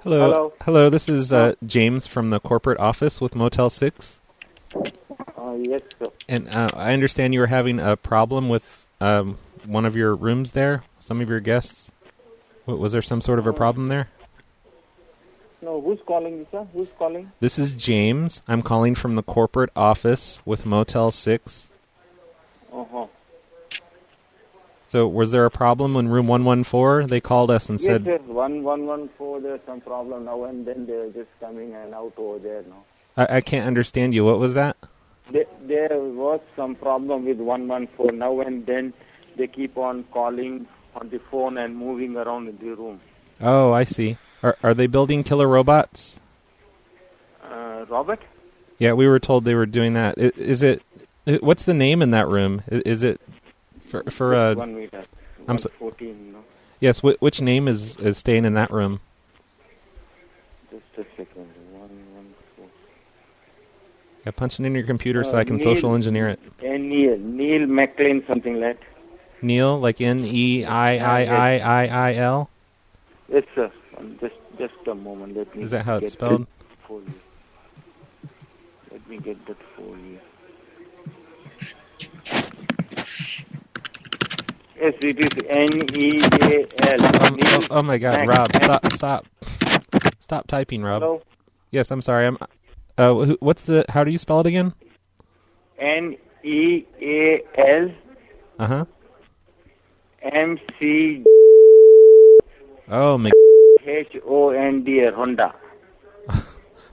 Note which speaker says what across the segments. Speaker 1: Hello.
Speaker 2: Hello.
Speaker 1: This is uh, James from the corporate office with Motel Six,
Speaker 2: Uh, yes, sir.
Speaker 1: and uh, I understand you were having a problem with um, one of your rooms there. Some of your guests. W- was there some sort of a problem there?
Speaker 2: No, who's calling you, sir? Who's calling?
Speaker 1: This is James. I'm calling from the corporate office with Motel Six.
Speaker 2: Uh-huh.
Speaker 1: So, was there a problem in room one one four? They called us and
Speaker 2: Yes,
Speaker 1: said
Speaker 2: yes, one one one four. There's some problem now and then. They're just coming and out over there now.
Speaker 1: I-, I can't understand you. What was that?
Speaker 2: There, there was some problem with one one four now and then. They keep on calling on the phone and moving around in the room.
Speaker 1: Oh, I see. Are are they building killer robots?
Speaker 2: Uh, Robert,
Speaker 1: Yeah, we were told they were doing that. I- Is it? i- What's the name in that room? I- Is it for for
Speaker 2: Just
Speaker 1: uh?
Speaker 2: one meter.
Speaker 1: I'm so-
Speaker 2: fourteen. No,
Speaker 1: Yes. Wh- which name is is staying in that room?
Speaker 2: just a second. One one four.
Speaker 1: Yeah, punch it in your computer so
Speaker 2: Uh,
Speaker 1: I can
Speaker 2: Neil-
Speaker 1: social engineer it.
Speaker 2: And Eh, Neil, Neil McLean, something like. that.
Speaker 1: Neil, like N E I I I I I L.
Speaker 2: Yes, sir. Um, Just, just a moment. Let me.
Speaker 1: Is that how it's
Speaker 2: get that
Speaker 1: spelled?
Speaker 2: For you. Let me get that for you. Yes, it is N E A L.
Speaker 1: Um,
Speaker 2: Neil.
Speaker 1: oh, oh my God,
Speaker 2: Mac-
Speaker 1: Rob,
Speaker 2: Mac-
Speaker 1: stop, stop, stop typing, Rob.
Speaker 2: Hello.
Speaker 1: Yes, I'm sorry. I'm. Uh, wh- what's the? How do you spell it again?
Speaker 2: N E A L
Speaker 1: Uh huh.
Speaker 2: M C
Speaker 1: Oh, Mc-
Speaker 2: H O N D A Honda.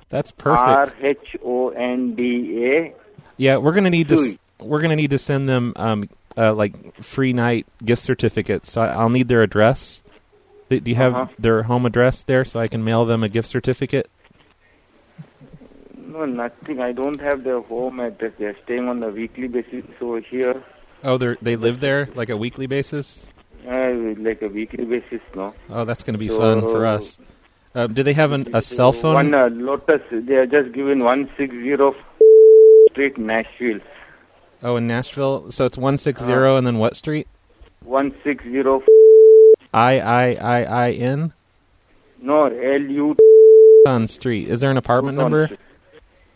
Speaker 1: that's
Speaker 2: R
Speaker 1: perfect.
Speaker 2: H O N D A.
Speaker 1: Yeah, we're gonna need to. s-
Speaker 2: Sweet.
Speaker 1: We're gonna need to send them um uh, like free night gift certificates. So I- I'll need their address. Do do you have
Speaker 2: Uh-huh.
Speaker 1: their home address there so I can mail them a gift certificate?
Speaker 2: No, nothing. I don't have their home address. They're staying on a weekly basis over here.
Speaker 1: Oh, they they live there like a weekly basis.
Speaker 2: Uh, like a weekly basis, no.
Speaker 1: Oh, that's gonna be
Speaker 2: So-
Speaker 1: fun for us. Um, do they have an, a cell phone?
Speaker 2: One uh, Lotus. They are just given one six zero Street, Nashville.
Speaker 1: Oh, in Nashville. So it's one
Speaker 2: Uh-huh.
Speaker 1: six zero and then what street?
Speaker 2: One six zero.
Speaker 1: I I I I N
Speaker 2: No, L U.
Speaker 1: on street. Is there an apartment
Speaker 2: Tucson
Speaker 1: number?
Speaker 2: Street.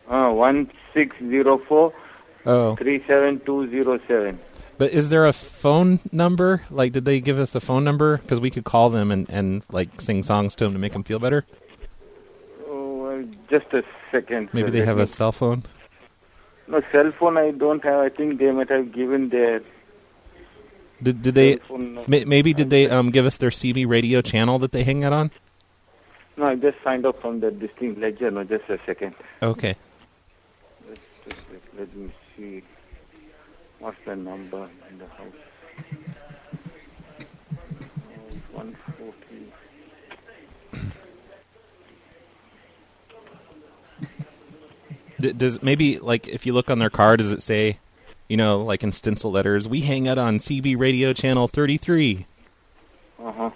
Speaker 2: Uh, one six zero four
Speaker 1: Oh,
Speaker 2: three seven two zero seven.
Speaker 1: But is there a phone number? Like, did they give us a phone number? Because we could call them and, and like sing songs to them to make them feel better.
Speaker 2: Oh, uh, just a second.
Speaker 1: Maybe
Speaker 2: sir.
Speaker 1: they
Speaker 2: Let
Speaker 1: have
Speaker 2: me-
Speaker 1: a cell phone.
Speaker 2: No cell phone. I don't have. I think they might have given their.
Speaker 1: Did did they?
Speaker 2: Cell phone, no.
Speaker 1: May, maybe did they um give us their CB radio channel that they hang out on?
Speaker 2: No, I just signed up from the distinct ledger. No, just a second.
Speaker 1: Okay.
Speaker 2: Let's just let, let me see. What's the number in the house? Oh, One forty.
Speaker 1: D- does maybe like if you look on their car, does it say, you know, like in stencil letters, we hang out on CB radio channel thirty three?
Speaker 2: Uh huh.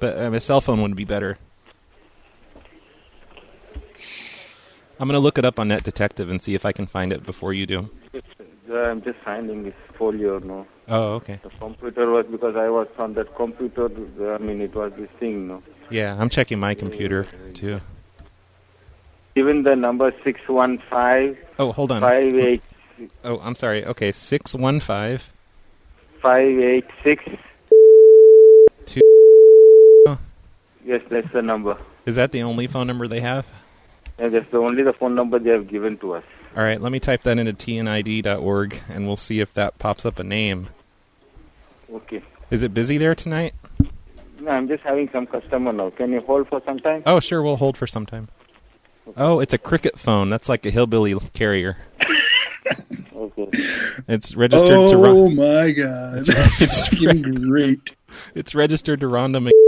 Speaker 1: But um, a cell phone would be better. I'm gonna look it up on Net Detective and see if I can find it before you do.
Speaker 2: uh, I'm just finding this folio. No,
Speaker 1: Oh, okay.
Speaker 2: the computer was because I was on that computer. I mean, it was this thing. No,
Speaker 1: Yeah, I'm checking my computer too.
Speaker 2: even the number six one five
Speaker 1: Oh, hold on.
Speaker 2: five eight
Speaker 1: Oh, I'm sorry. Okay, six one five
Speaker 2: five eight six.
Speaker 1: two.
Speaker 2: Yes, that's the number.
Speaker 1: Is that the only phone number they have?
Speaker 2: And that's the only the phone number they have given to us.
Speaker 1: All right, let me type that into tnid.org and we'll see if that pops up a name.
Speaker 2: Okay.
Speaker 1: Is it busy there tonight?
Speaker 2: No, I'm just having some customer now. Can you hold for some time?
Speaker 1: Oh, sure, we'll hold for some time. Oh, it's a cricket phone. That's like a hillbilly carrier.
Speaker 2: Okay.
Speaker 1: It's registered to
Speaker 3: oh
Speaker 1: Ron-
Speaker 3: my god,
Speaker 1: it's,
Speaker 3: fucking great!
Speaker 1: it's registered to Rhonda Mc-